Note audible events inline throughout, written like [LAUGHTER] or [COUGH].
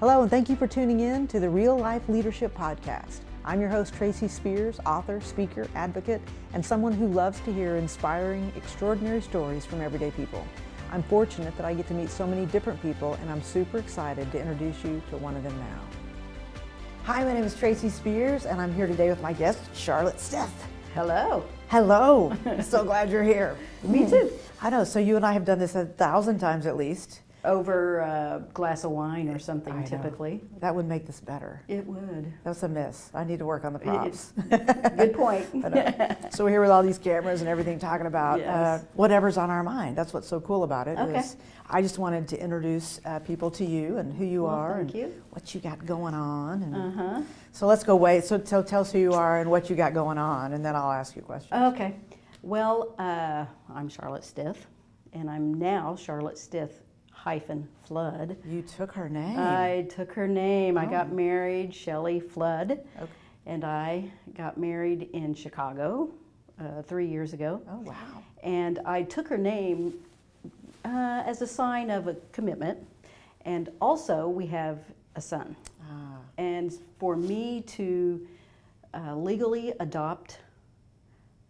Hello, and thank you for tuning in to the Real Life Leadership Podcast. I'm your host, Tracy Spears, author, speaker, advocate, and someone who loves to hear inspiring, extraordinary stories from everyday people. I'm fortunate that I get to meet so many different people, and I'm super excited to introduce you to one of them now. Hi, my name is Tracy Spears, and I'm here today with my guest, Charlotte Steth. Hello. [LAUGHS] Hello. so glad you're here. Me too. I know. So you and I have done this a thousand times at least. Over a glass of wine or something I know. typically. That would make this better. It [LAUGHS] would. That's a miss. I need to work on the It- [LAUGHS] props. Good point. I know. so we're here with all these cameras and everything talking about uh, Yes. whatever's on our mind. That's what's so cool about it. Okay. is I just wanted to introduce uh, people to you and who you Well, are thank and you. what you got going on. And Uh-huh. So let's go way. So tell, tell us who you are and what you got going on, and then I'll ask you questions. [LAUGHS] Okay. Well, uh, I'm Charlotte Stith, and I'm now Charlotte Stith hyphen Flood. you took her name. Oh. I took her name. I got married, Shelley Flood, Okay. and I got married in Chicago uh, three years ago. oh wow. And I took her name uh, as a sign of a commitment. And also, we have a son. Ah. And for me to uh, legally adopt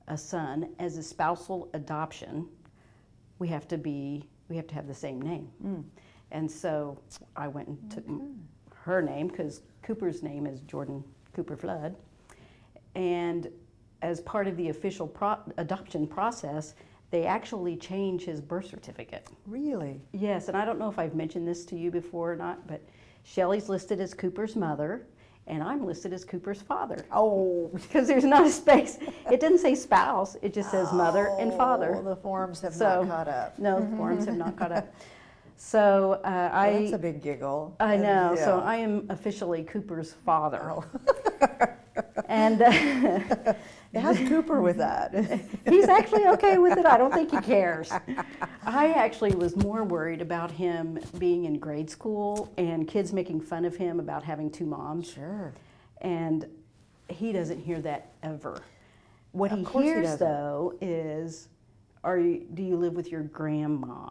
a son as a spousal adoption, we have to be we have to have the same name. And so I went and took m her name because Cooper's name is Jordan Cooper Flood, and as part of the official pro- adoption process, they actually change his birth certificate. Really? Yes, and I don't know if I've mentioned this to you before or not, but Shelley's listed as Cooper's mother, and I'm listed as Cooper's father [LAUGHS] Oh. because there's not a space. It doesn't say spouse; it just says mother and Oh, father. the forms have So- not caught up. No, [LAUGHS] the forms have not caught up. So uh, I. That's a big giggle. I And, know. So yeah. I am officially Cooper's father. Oh. and uh, How's Cooper with that? [LAUGHS] he's actually okay with it. I don't think he cares. I actually was more worried about him being in grade school and kids making fun of him about having two moms. sure. And he doesn't hear that ever. What Of he course he hears doesn't. though is, "Are you, do you live with your grandma?"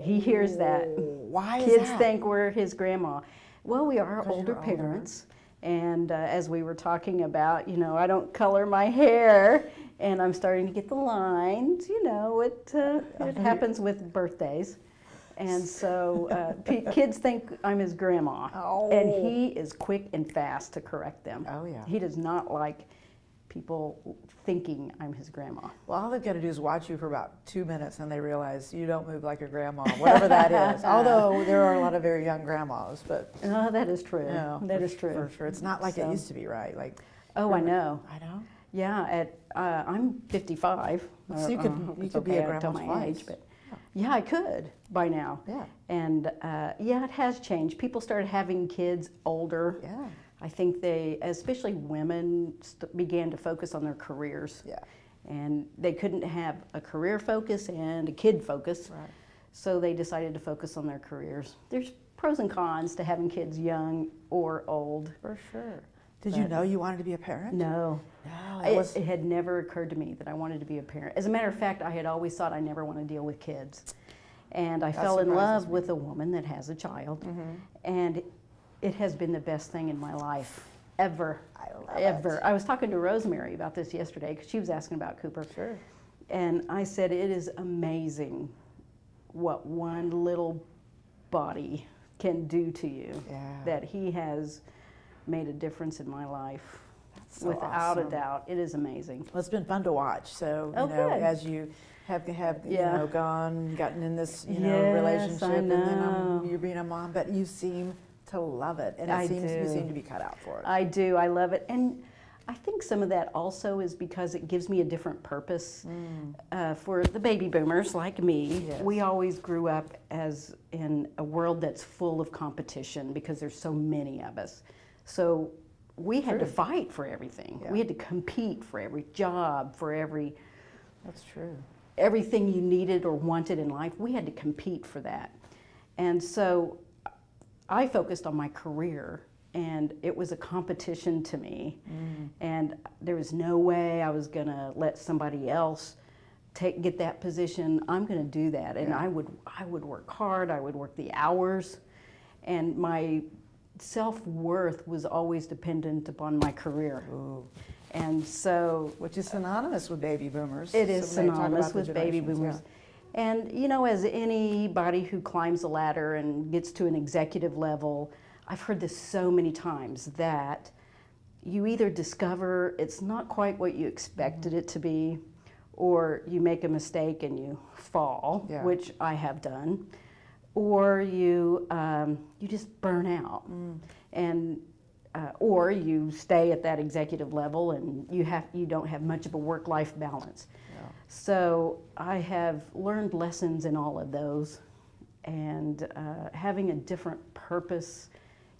he hears that. Oh, Why is kids that? think we're his grandma. Well, we are you're older older. parents, and uh, as we were talking about, you know, I don't color my hair, and I'm starting to get the lines. You know, it uh, it happens with birthdays, and so uh, p- kids think I'm his grandma, and Oh. he is quick and fast to correct them. Oh, yeah. he does not like people thinking I'm his [LAUGHS] grandma. Well, all they've got to do is watch you for about two minutes and they realize you don't move like your grandma, whatever that [LAUGHS] is. Although there are a lot of very young grandmas, but Oh, that is true. you know, that for is su- true. For sure. It's not like it So- used to be, right? Like, Oh, I know. I know. Yeah, at uh, I'm 55. So Uh, you could- uh, I hope you it's could be a okay, I tell grandma my twice. age, but yeah, I could by now. Yeah. And uh, yeah, it has changed. People started having kids older. Yeah. I think they, especially women, st- began to focus on their careers. Yeah. And they couldn't have a career focus and a kid focus. Right. So they decided to focus on their careers. There's pros and cons to having kids young or old. For sure. Did you know you wanted to be a parent? No. e No. It It, was, it had never occurred to me that I wanted to be a parent. As a matter of fact, I had always thought I never want to deal with kids. And I fell in surprises Mm-hmm. love with a woman that has a child. And it has been the best thing in my life ever. I love it. ever. I was talking to Rosemary about this yesterday because she was asking about Cooper. Sure. And I said, it is amazing what one little body can do to you. Yeah. That he has made a difference in my life. so Without awesome. a doubt, it is amazing. Well, it's been fun to watch. So, you Oh, know, good. as you have, have Yeah. you know, gone, gotten in this, you know, Yes, relationship, I and then um, know. you're being a mom, but you seem to love it, and it I seems you do. seem to be cut out for it. I do. I love it. And I think some of that also is because it gives me a different purpose. Uh, for the baby boomers like me, Mm. Yes. we always grew up as in a world that's full of competition because there's so many of us. So we had to fight for everything. Yeah. We had to compete for every job, for every That's true. everything you needed or wanted in life, we had to compete for that. And so I focused on my career, and it was a competition to me. And there was no way I was going to let somebody else take get that position. I'm going to do that, and I would I would work hard. I would work the hours, and my self worth was always dependent upon my career. And so Which is synonymous with baby boomers. it is So when they talk synonymous about the with baby generations, boomers. And, you know, as anybody who climbs a ladder and gets to an executive level, I've heard this so many times that you either discover it's not quite what you expected it to be, or you make a mistake and you fall, Yeah. which I have done, or you um, you just burn out, Mm. and uh, or you stay at that executive level and you have you don't have much of a work life balance. So I have learned lessons in all of those, and uh, having a different purpose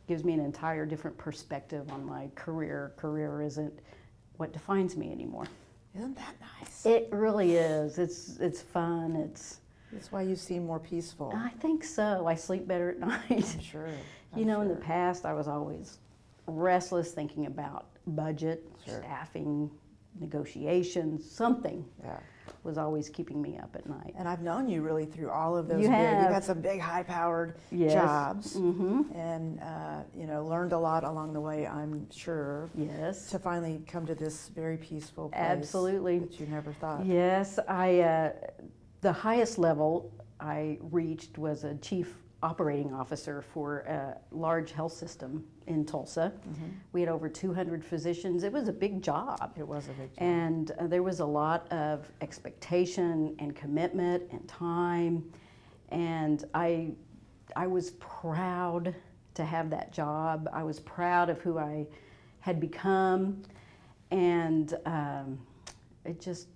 gives me an entire different perspective on my career. Career isn't what defines me anymore. yeah. Isn't that nice? It really is. It's it's fun. It's That's why you seem more peaceful. I think so. I sleep better at [LAUGHS] night. I'm sure. you know, in the past, I was always restless thinking about budget, staffing, negotiations. Something Yeah. was always keeping me up at night. And I've known you really through all of those. You big- have. You've had some big, high-powered Yes. jobs, Mm-hmm. and uh, you know, learned a lot along the way. I'm sure Yes. to finally come to this very peaceful place. Absolutely. that you never thought. Yes, I, uh, the highest level I reached was a chief operating officer for a large health system in Tulsa. We had over 200 physicians. It was a big job. It was a big. Job. And uh, there was a lot of expectation and commitment and time. And I, I was proud to have that job. I was proud of who I had become. And um, it just,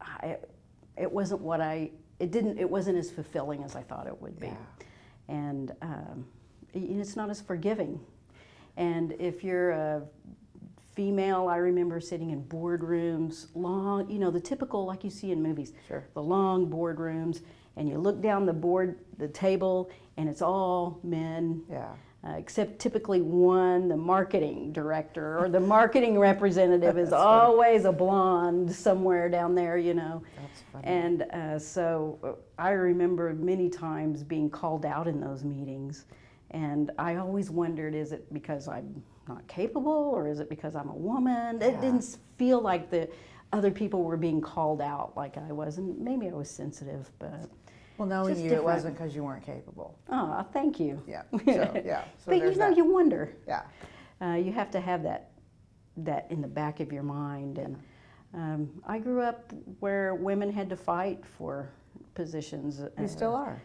I, it wasn't what I, it didn't, it wasn't as fulfilling as I thought it would be. Yeah. And um, y- it's not as forgiving. And if you're a female, I remember sitting in boardrooms, long, you know, the typical like you see in movies, Sure. the long boardrooms, and you look down the board, the table, and it's all men. Yeah. Uh, except typically one, the marketing director or the marketing representative is always a blonde somewhere down there, you know. That's funny. And uh, so uh, I remember many times being called out in those meetings. And I always wondered is it because I'm not capable or is it because I'm a woman? It didn't s- feel like the other people were being called out like I was. And maybe I was sensitive, but Well, knowing Just you, it different. wasn't because you weren't capable. oh, thank you. Yeah. [LAUGHS] So, yeah. So but you there's know, that. you wonder. Yeah. Uh, you have to have that that in the back of your mind. And um, I grew up where women had to fight for positions. You uh, still are.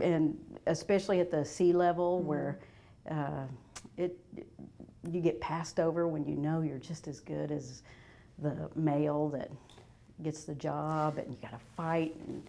and especially at the sea level where uh, it you get passed over when you know you're just as good as the male that gets the job and you got to fight and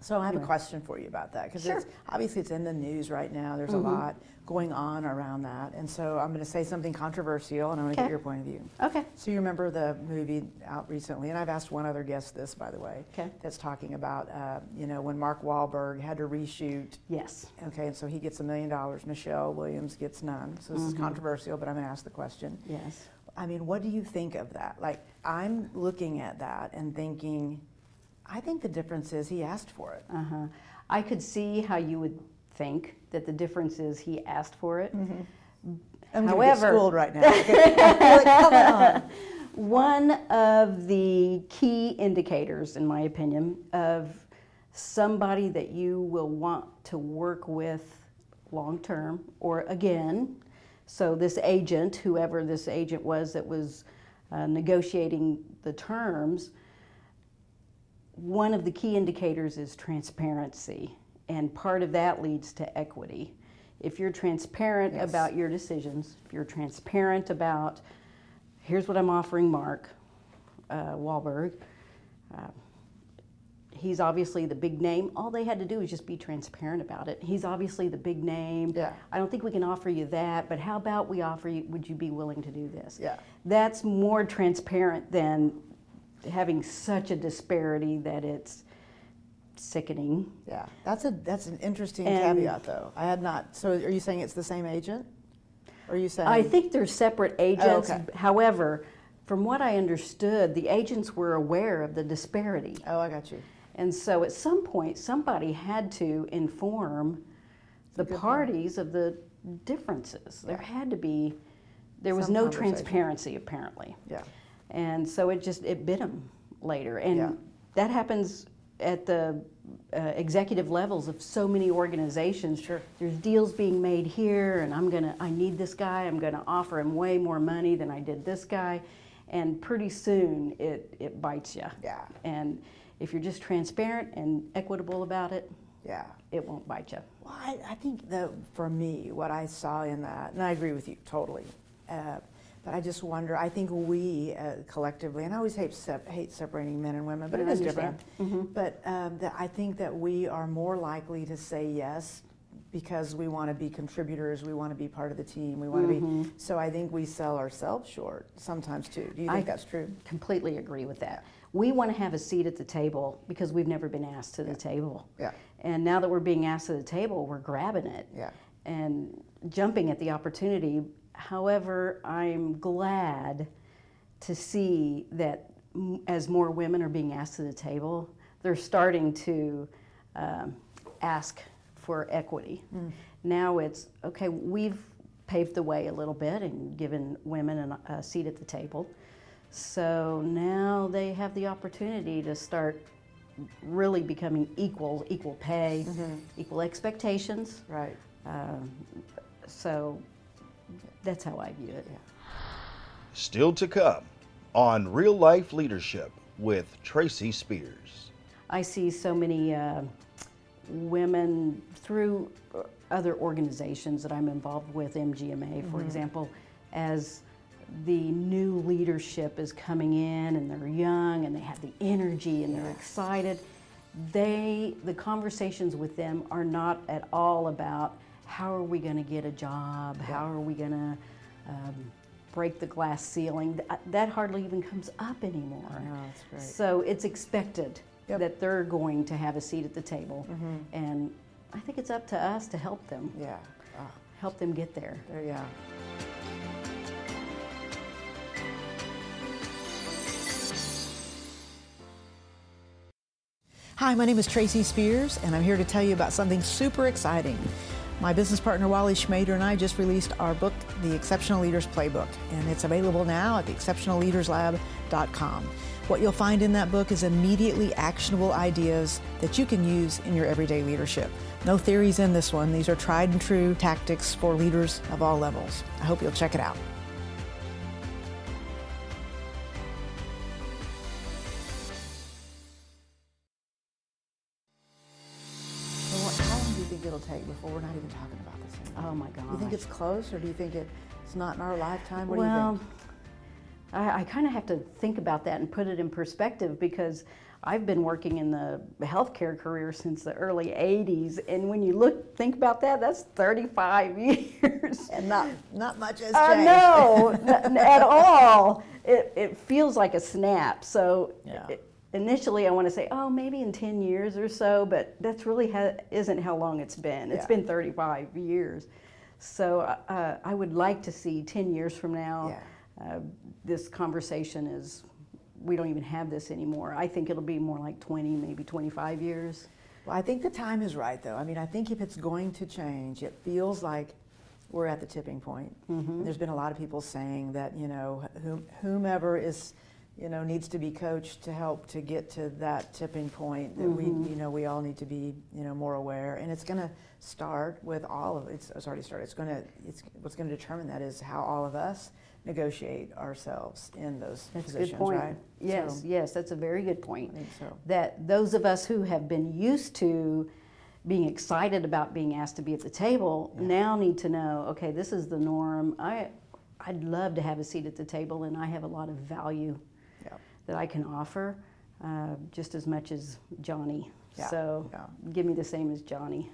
So I have a question for you about that because Sure. Mm-hmm. it's, obviously it's in the news right now. There's a lot going on around that, and so I'm going to say something controversial, and I want to Okay. get your point of view. okay So you remember the movie out recently, and I've asked one other guest this, by the way, Okay. that's talking about uh, you know when Mark Wahlberg had to reshoot. yes Okay, and so he gets a million dollars. Michelle Williams gets none. So this is controversial, but I'm going to ask the question. yes I mean, what do you think of that? Like, I'm looking at that and thinking, I think the difference is he asked for it. uh-huh i could see how you would think that the difference is he asked for it I'm gonna get However- schooled right now. Okay. Like, come on. [LAUGHS] One of the key indicators, in my opinion, of somebody that you will want to work with long term or again. So, this agent, whoever this agent was that was uh, negotiating the terms, one of the key indicators is transparency. And part of that leads to equity. If you're transparent Yes. about your decisions, if you're transparent about, here's what I'm offering Mark uh, Wahlberg, uh, he's obviously the big name. All they had to do was just be transparent about it. He's obviously the big name. Yeah. I don't think we can offer you that, but how about we offer you, would you be willing to do this? Yeah. That's more transparent than having such a disparity that it's sickening. [LAUGHS] Yeah, that's a that's an interesting And- caveat, though. I had not. So, are you saying it's the same agent? Or are you saying? I think they're separate agents. Um, okay. However, from what I understood, the agents were aware of the disparity. oh, I got you. And so at some point, somebody had to inform the parties of the differences. There had to be, there was no conversation. transparency apparently. Yeah. And so it just, it bit him later. And Yeah. that happens at the uh, executive levels of so many organizations. Sure. There's deals being made here, and I'm going to, I need this guy, I'm going to offer him way more money than I did this guy. And pretty soon it, it bites you. Yeah. And if you're just transparent and equitable about it, Yeah. it won't bite you. Well, I, I think that for me, what I saw in that, and I agree with you totally, uh, but I just wonder. I think we uh, collectively, and I always hate sep- hate separating men and women, but No, it I is understand. Mm-hmm. different. But um, that I think that we are more likely to say yes because we want to be contributors, we want to be part of the team, we want to Mm-hmm. be. So I think we sell ourselves short sometimes too. Do you think I- that's true? Completely agree with that. We want to have a seat at the table because we've never been asked to the table. Yeah. And now that we're being asked to the table, we're grabbing it Yeah. and jumping at the opportunity. However, I'm glad to see that m- as more women are being asked to the table, they're starting to um, ask for equity. Now it's okay, we've paved the way a little bit and given women an, a seat at the table. So now they have the opportunity to start really becoming equal, equal pay, equal expectations. Right. Um, so that's how I view it. Still to come on Real Life Leadership with Tracy Spears. I see so many uh, women through uh, other organizations that I'm involved with, MGMA, Mm-hmm. for example, as the new leadership is coming in and they're young and they have the energy and they're excited. They, the conversations with them are not at all about how are we going to get a job, how are we going to um, break the glass ceiling. Th- That hardly even comes up anymore. that's great. So it's expected Yep. Mm-hmm. that they're going to have a seat at the table. And I think it's up to us to help them, Yeah. Ah, help them get there. there. Yeah. Hi, my name is Tracy Spears, and I'm here to tell you about something super exciting. My business partner Wally Schmader and I just released our book, The Exceptional Leaders Playbook, and it's available now at theexceptionalleaderslab.com. What you'll find in that book is immediately actionable ideas that you can use in your everyday leadership. No theories in this one, these are tried and true tactics for leaders of all levels. I hope you'll check it out. So what, how long do you think it'll take before we're not even talking about this anymore? Oh my You think gosh. it's close, or do you think it, it's not in our lifetime? What well, do you think? I, I kind of have to think about that and put it in perspective because I've been working in the healthcare career since the early 80s. And when you look, think about that, that's 35 [LAUGHS] years. And not not much has I changed. [LAUGHS] know n- at all. It, it feels like a snap. So Yeah. i- initially, I want to say, oh, maybe in ten years or so, but that's really ha- isn't how long it's been. It's Yeah. been thirty-five years. So uh, I would like to see ten years from now, uh, this conversation is. We don't even have this anymore. I think it'll be more like 20, maybe 25 years. Well, I think the time is right, though. I mean, I think if it's going to change, it feels like we're at the tipping point. Mm-hmm. There's been a lot of people saying that you know whom, whomever is you know needs to be coached to help to get to that tipping point that Mm-hmm. we you know we all need to be you know more aware and it's going to start with all of it's, it's already started it's going to it's what's going to determine that is how all of us negotiate ourselves in those That's a positions good point. right Yes, So- yes, that's a very good point. I think so. That those of us who have been used to being excited about being asked to be at the table now need to know, okay, this is the norm. I I'd love to have a seat at the table and I have a lot of value yeah. that I can offer uh, just as much as Johnny. Yeah, So yeah. give me the same as Johnny.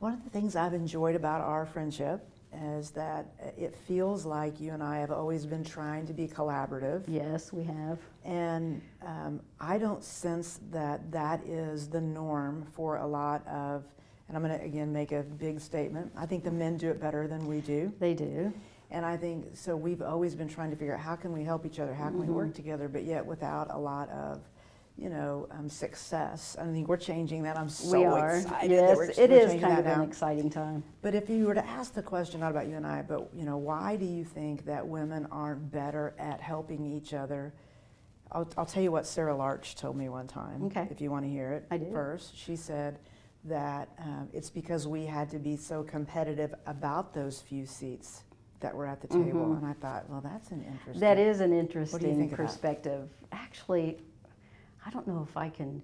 One of the things I've enjoyed about our friendship is that it feels like you and I have always been trying to be collaborative. Yes, we have. And um, I don't sense that that is the norm for a lot of, and I'm going to again make a big statement. I think the men do it better than we do. They do. And I think so. Mm-hmm. We've always been trying to figure out how can we help each other, how can we work together, but yet without a lot of you know, um, success. I think we're changing that. I'm so we are. excited. that yes, we're, it we're is changing kind that of now. an exciting time. But if you were to ask the question, not about you and I, but you know, why do you think that women aren't better at helping each other? I'll, I'll tell you what Sarah Larch told me one time. Okay. If you want to hear it I do. first, she said that um, it's because we had to be so competitive about those few seats that were at the table, and I thought, well, that's an interesting. Mm-hmm. That is an interesting think of that? perspective. Actually, I don't know if I can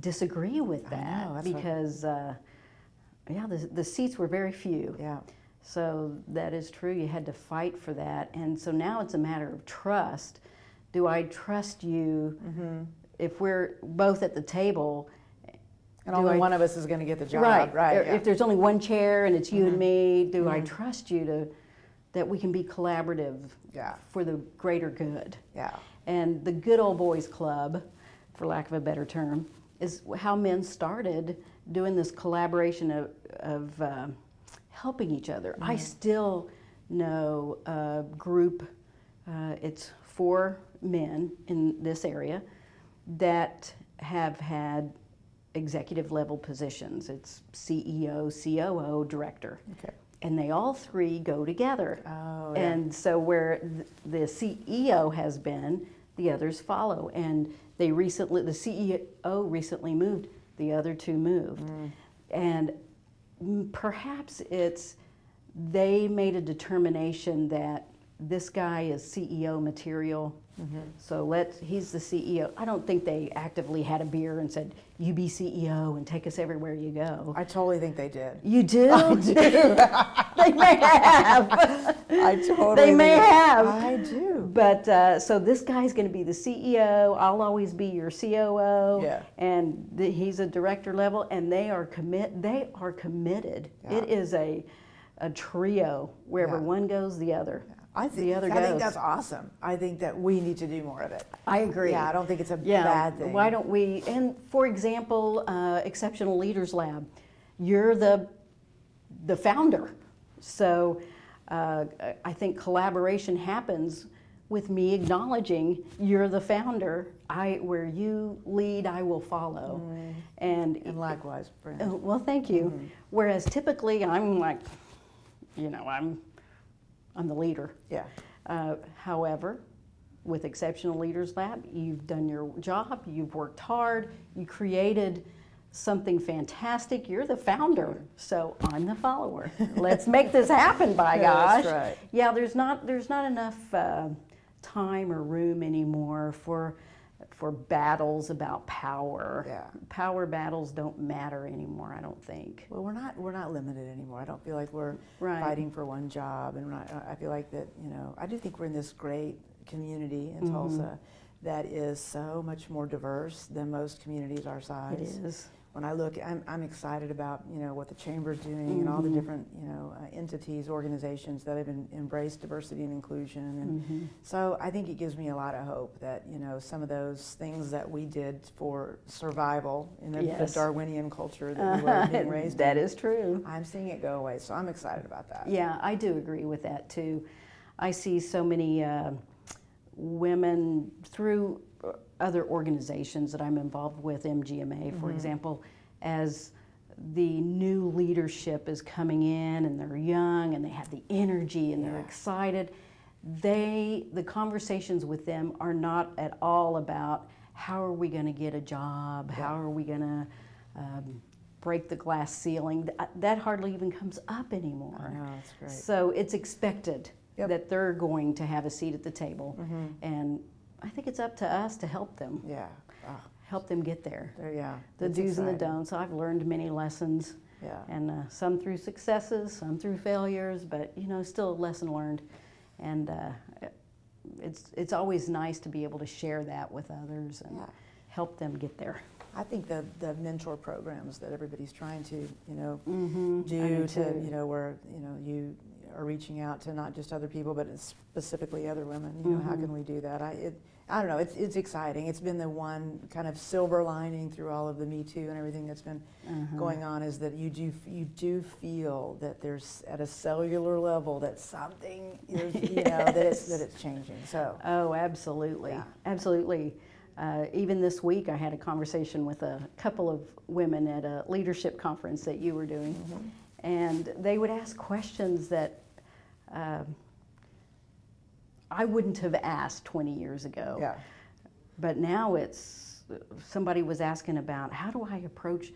disagree with that know, that's what- because, uh, yeah, the, the seats were very few. Yeah. So that is true. You had to fight for that. And so now it's a matter of trust. Do I trust you Mm-hmm. if we're both at the table? And Do only I- one of us is going to get the job, right, right? Or yeah. Mm-hmm. If there's only one chair and it's you and me, do I trust you to that we can be collaborative Yeah. for the greater good? Yeah. And the good old boys club, for lack of a better term, is how men started doing this collaboration of, of um helping each other. I still know a group, uh, it's four men in this area that have had executive level positions. It's E CEO, COO, director Okay. and they all three go together. Oh, yeah. and so where th- the CEO has been, the others follow. And they recently, the CEO recently moved, the other two moved. Mm. And m- perhaps it's they made a determination that this guy is CEO material. Mm-hmm. So let's, he's the CEO. I don't think they actively had a beer and said, you be CEO and take us everywhere you go. I totally think they did. [LAUGHS] You do? [LAUGHS] they may have. I totally. [LAUGHS] they may think- have. I do. But uh, so this guy's going to be the CEO. I'll always be your COO. Yeah. And th- he's a director level, and they are commit. They are committed. It is a a trio. Wherever Yeah. one goes, the other. I think the other I goes. think that's awesome. I think that we need to do more of it. I agree. Yeah, I don't think it's a Yeah, bad thing. Why don't we? And for example, uh, Exceptional Leaders Lab, you're the the founder, so uh, I think collaboration happens with me acknowledging you're the founder. I where you lead, I will follow, Mm-hmm. And likewise, Brent. Oh, well, thank you. Mm-hmm. Whereas typically, I'm like, you know, I'm, I'm the leader. Yeah. Uh, however, with Exceptional Leaders Lab, you've done your job. You've worked hard. You created something fantastic. You're the founder, so I'm the follower. Let's make this happen, by gosh. That's right. Yeah, there's not there's not enough uh, time or room anymore for for battles about power. Yeah. Power battles don't matter anymore, I don't think. Well, we're not we're not limited anymore. I don't feel like we're Right. fighting for one job, and we're not, I feel like that you know I do think we're in this great community Mm-hmm. in Tulsa that is so much more diverse than most communities our size. It is. when I look, I'm, I'm excited about you know what the chamber's doing and all the Mm-hmm. different you know uh, entities, organizations that have en- embraced diversity and inclusion, and Mm-hmm. so I think it gives me a lot of hope that you know some of those things that we did for survival in the, Yes. the Darwinian culture that [LAUGHS] we were being raised That in, is true. I'm seeing it go away. So I'm excited about that. Yeah, I do agree with that too. I see so many uh, women through uh, other organizations that I'm involved with, MGMA, Mm-hmm. for example, as the new leadership is coming in and they're young and they have the energy and they're excited. They, the conversations with them are not at all about how are we going to get a job, how are we going to um, break the glass ceiling. Th- That hardly even comes up anymore. I know, that's great. So it's expected Yep. Mm-hmm. that they're going to have a seat at the table. And I think it's up to us to help them, Yeah. Ah, help them get there. there, yeah. The It's do's and the exciting. don'ts. I've learned many lessons, Yeah. and uh, some through successes, some through failures, but you know, still a lesson learned. And uh, it's, it's always nice to be able to share that with others and Yeah. help them get there. I think the, the mentor programs that everybody's trying to, you know, Mm-hmm. I do do to, too. you know, where, you know, you are reaching out to not just other people, but it's specifically other women. You know, how Mm-hmm. can we do that? I, it, I don't know. It's, it's exciting. It's been the one kind of silver lining through all of the Me Too and everything that's been Mm-hmm. going on is that you do you do feel that there's at a cellular level that [LAUGHS] something is, you know that it's that it's changing. So Oh, absolutely, Yeah. absolutely. Uh, Uh, even this week, I had a conversation with a couple of women at a leadership conference that you were doing, Mm-hmm. and they would ask questions that um, I wouldn't have asked 20 years ago. Yeah. But now it's somebody was asking about how do I approach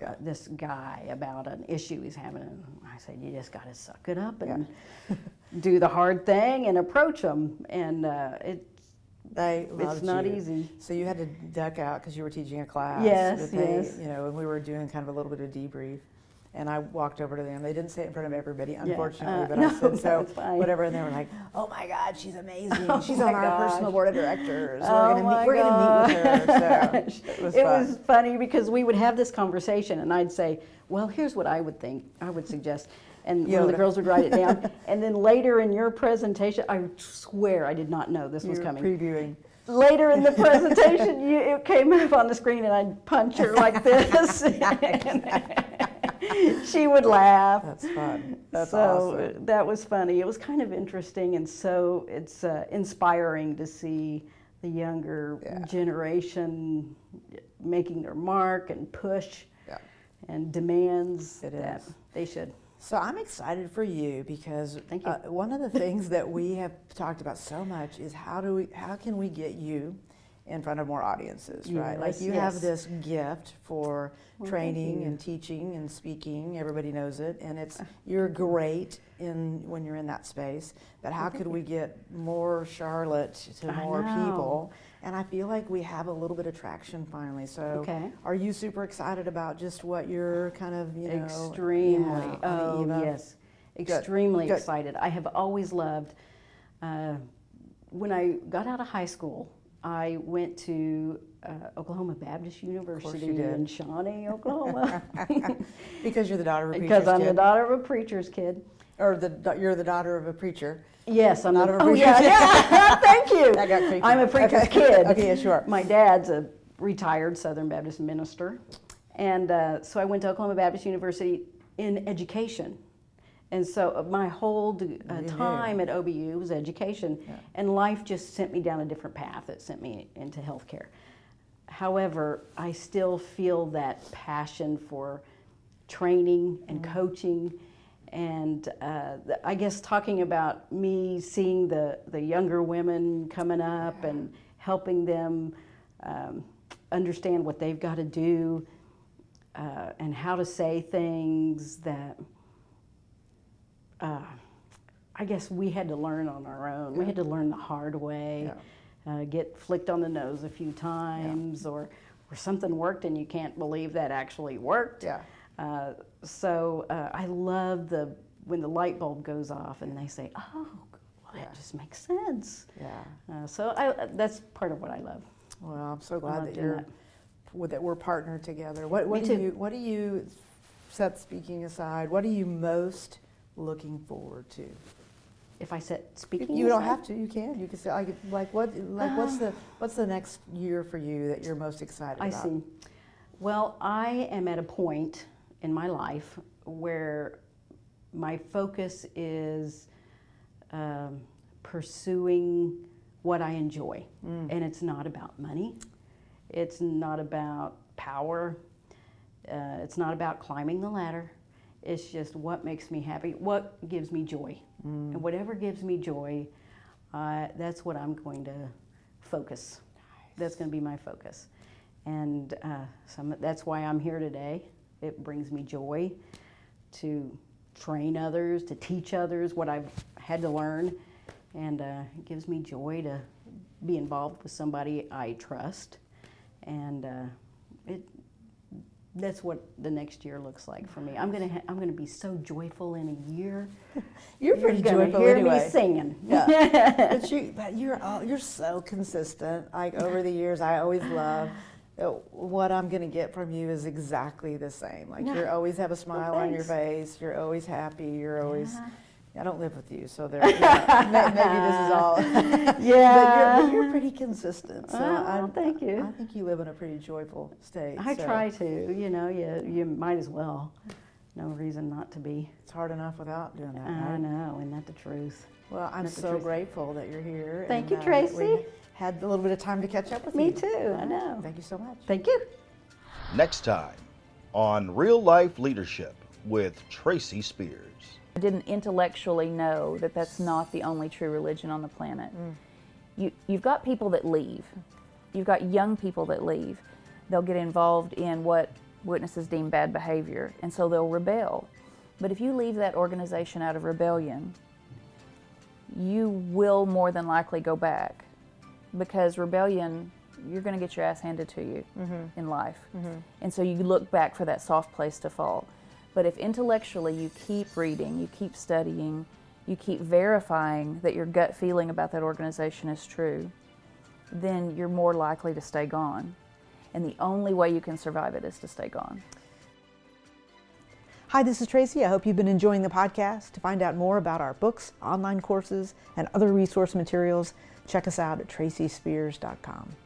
Yeah. uh, this guy about an issue he's having. And I said, you just got to suck it up and do the hard thing and approach him. And uh, it, They loved not you. easy. So you had to duck out because you were teaching a class. Yes, but they- yes. You know, and we were doing kind of a little bit of debrief. And I walked over to them. They didn't say it in front of everybody, unfortunately, uh, [LAUGHS] but no, I said so, that's fine. Oh whatever. And they were like, "Oh my God, she's [LAUGHS] amazing! she's my on our personal gosh. board of directors. Oh we're gonna my meet. We're gonna meet with [LAUGHS] her." So [LAUGHS] it was it fun. was funny because we would have this conversation and I'd say, well, here's what I would think, I would suggest. And one of the Yoda. girls would write it down. [LAUGHS] and then later in your presentation, I swear I did not know this was You were coming. previewing. later in the presentation, you, it came up on the screen and I'd punch her like this. [LAUGHS] she would laugh. That's fun. That's so awesome. uh, that was funny. It was kind of interesting, and so it's uh, inspiring to see the younger generation making their mark and push Yeah. and demands It that is. they should. So I'm excited for you because Thank you. uh, one of the things that we have talked about so much is how do we how can we get you in front of more audiences, right? Like Yes, you yes. have this gift for training and teaching and speaking. Everybody knows it, and it's you're great in when you're in that space. But how could we get more Charlotte to I more know. people? And I feel like we have a little bit of traction finally. So Okay. are you super excited about just what you're kind of you know extremely. yeah, oh on the eve of? yes, extremely Good. excited. I have always loved. Uh, when I got out of high school, I went to uh, Oklahoma Baptist University did. in [LAUGHS] Shawnee, Oklahoma, Because you're the daughter of a preacher's because I'm the kid. daughter of a preacher's kid. or the da- you're the daughter of a preacher. Yes, I'm Not a, of a [LAUGHS] oh, yeah, preacher's- yeah, yeah, [LAUGHS] thank you. [LAUGHS] That got creepy. I'm a preacher's Okay. kid. Okay, yeah, sure. My dad's a retired Southern Baptist minister, and uh, so I went to Oklahoma Baptist University in education, and so uh, my whole d- uh, time at OBU was education, and life just sent me down a different path. It sent me into healthcare. However, I still feel that passion for training and coaching. And uh, th- I guess talking about me seeing the, the younger women coming up and helping them um, understand what they've got to do uh, and how to say things that uh, I guess we had to learn on our own. We had to learn the hard way, uh, get flicked on the nose a few times, or, or something worked and you can't believe that actually worked. Yeah. Uh, so uh, I love the when the light bulb goes off and they say, "Oh, well, that just makes sense." Yeah. Uh, so I, that's part of what I love. Well, I'm so love glad that doing you're with that we're partnered together. What what Me do too. you what do you set speaking aside? What are you most looking forward to? If I said speaking, You don't aside- Ah. have to. You can. You can say like like what like what's the what's the next year for you that you're most excited I about? see. Well, I am at a point in my life where my focus is um, pursuing what I enjoy. Mm. And it's not about money, it's not about power, uh, it's not about climbing the ladder. It's just what makes me happy, what gives me joy. And whatever gives me joy, uh, that's what I'm going to focus. That's going to be my focus. And uh, some, that's why I'm here today. It brings me joy to train others, to teach others what I've had to learn. And uh, it gives me joy to be involved with somebody I trust. And uh, it, that's what the next year looks like for me. I'm gonna ha- I'm gonna be so joyful in a year. You're pretty gonna joyful hear anyway. me [LAUGHS] singing. Yeah. but you, but you're all, you're so consistent. Like over the years, I always love that what I'm gonna get from you is exactly the same. Like you always have a smile on your face. You're always happy. You're always. I don't live with you, so there. You [LAUGHS] know, may- maybe this is all. [LAUGHS] Yeah. but, you're, but you're pretty consistent. So Oh, I, thank you. I think you live in a pretty joyful state. I so try to, you know, you, you might as well. No reason not to be. Uh, It's hard enough without doing that. I right? know, isn't that the truth? Well, I'm That's the so truth. grateful that you're here. Thank and, you, uh, that we- Tracy. had a little bit of time to catch up with Me you. too, I know. Thank you so much. Thank you. Next time on Real Life Leadership with Tracy Spears. I didn't intellectually know that that's not the only true religion on the planet. You, you've got people that leave. You've got young people that leave. They'll get involved in what witnesses deem bad behavior, and so they'll rebel. But if you leave that organization out of rebellion, you will more than likely go back because rebellion, you're going to get your ass handed to you in life. And so you look back for that soft place to fall. But if intellectually you keep reading, you keep studying, you keep verifying that your gut feeling about that organization is true, then you're more likely to stay gone. And the only way you can survive it is to stay gone. Hi, this is Tracy. I hope you've been enjoying the podcast. To find out more about our books, online courses, and other resource materials, check us out at tracyspears.com.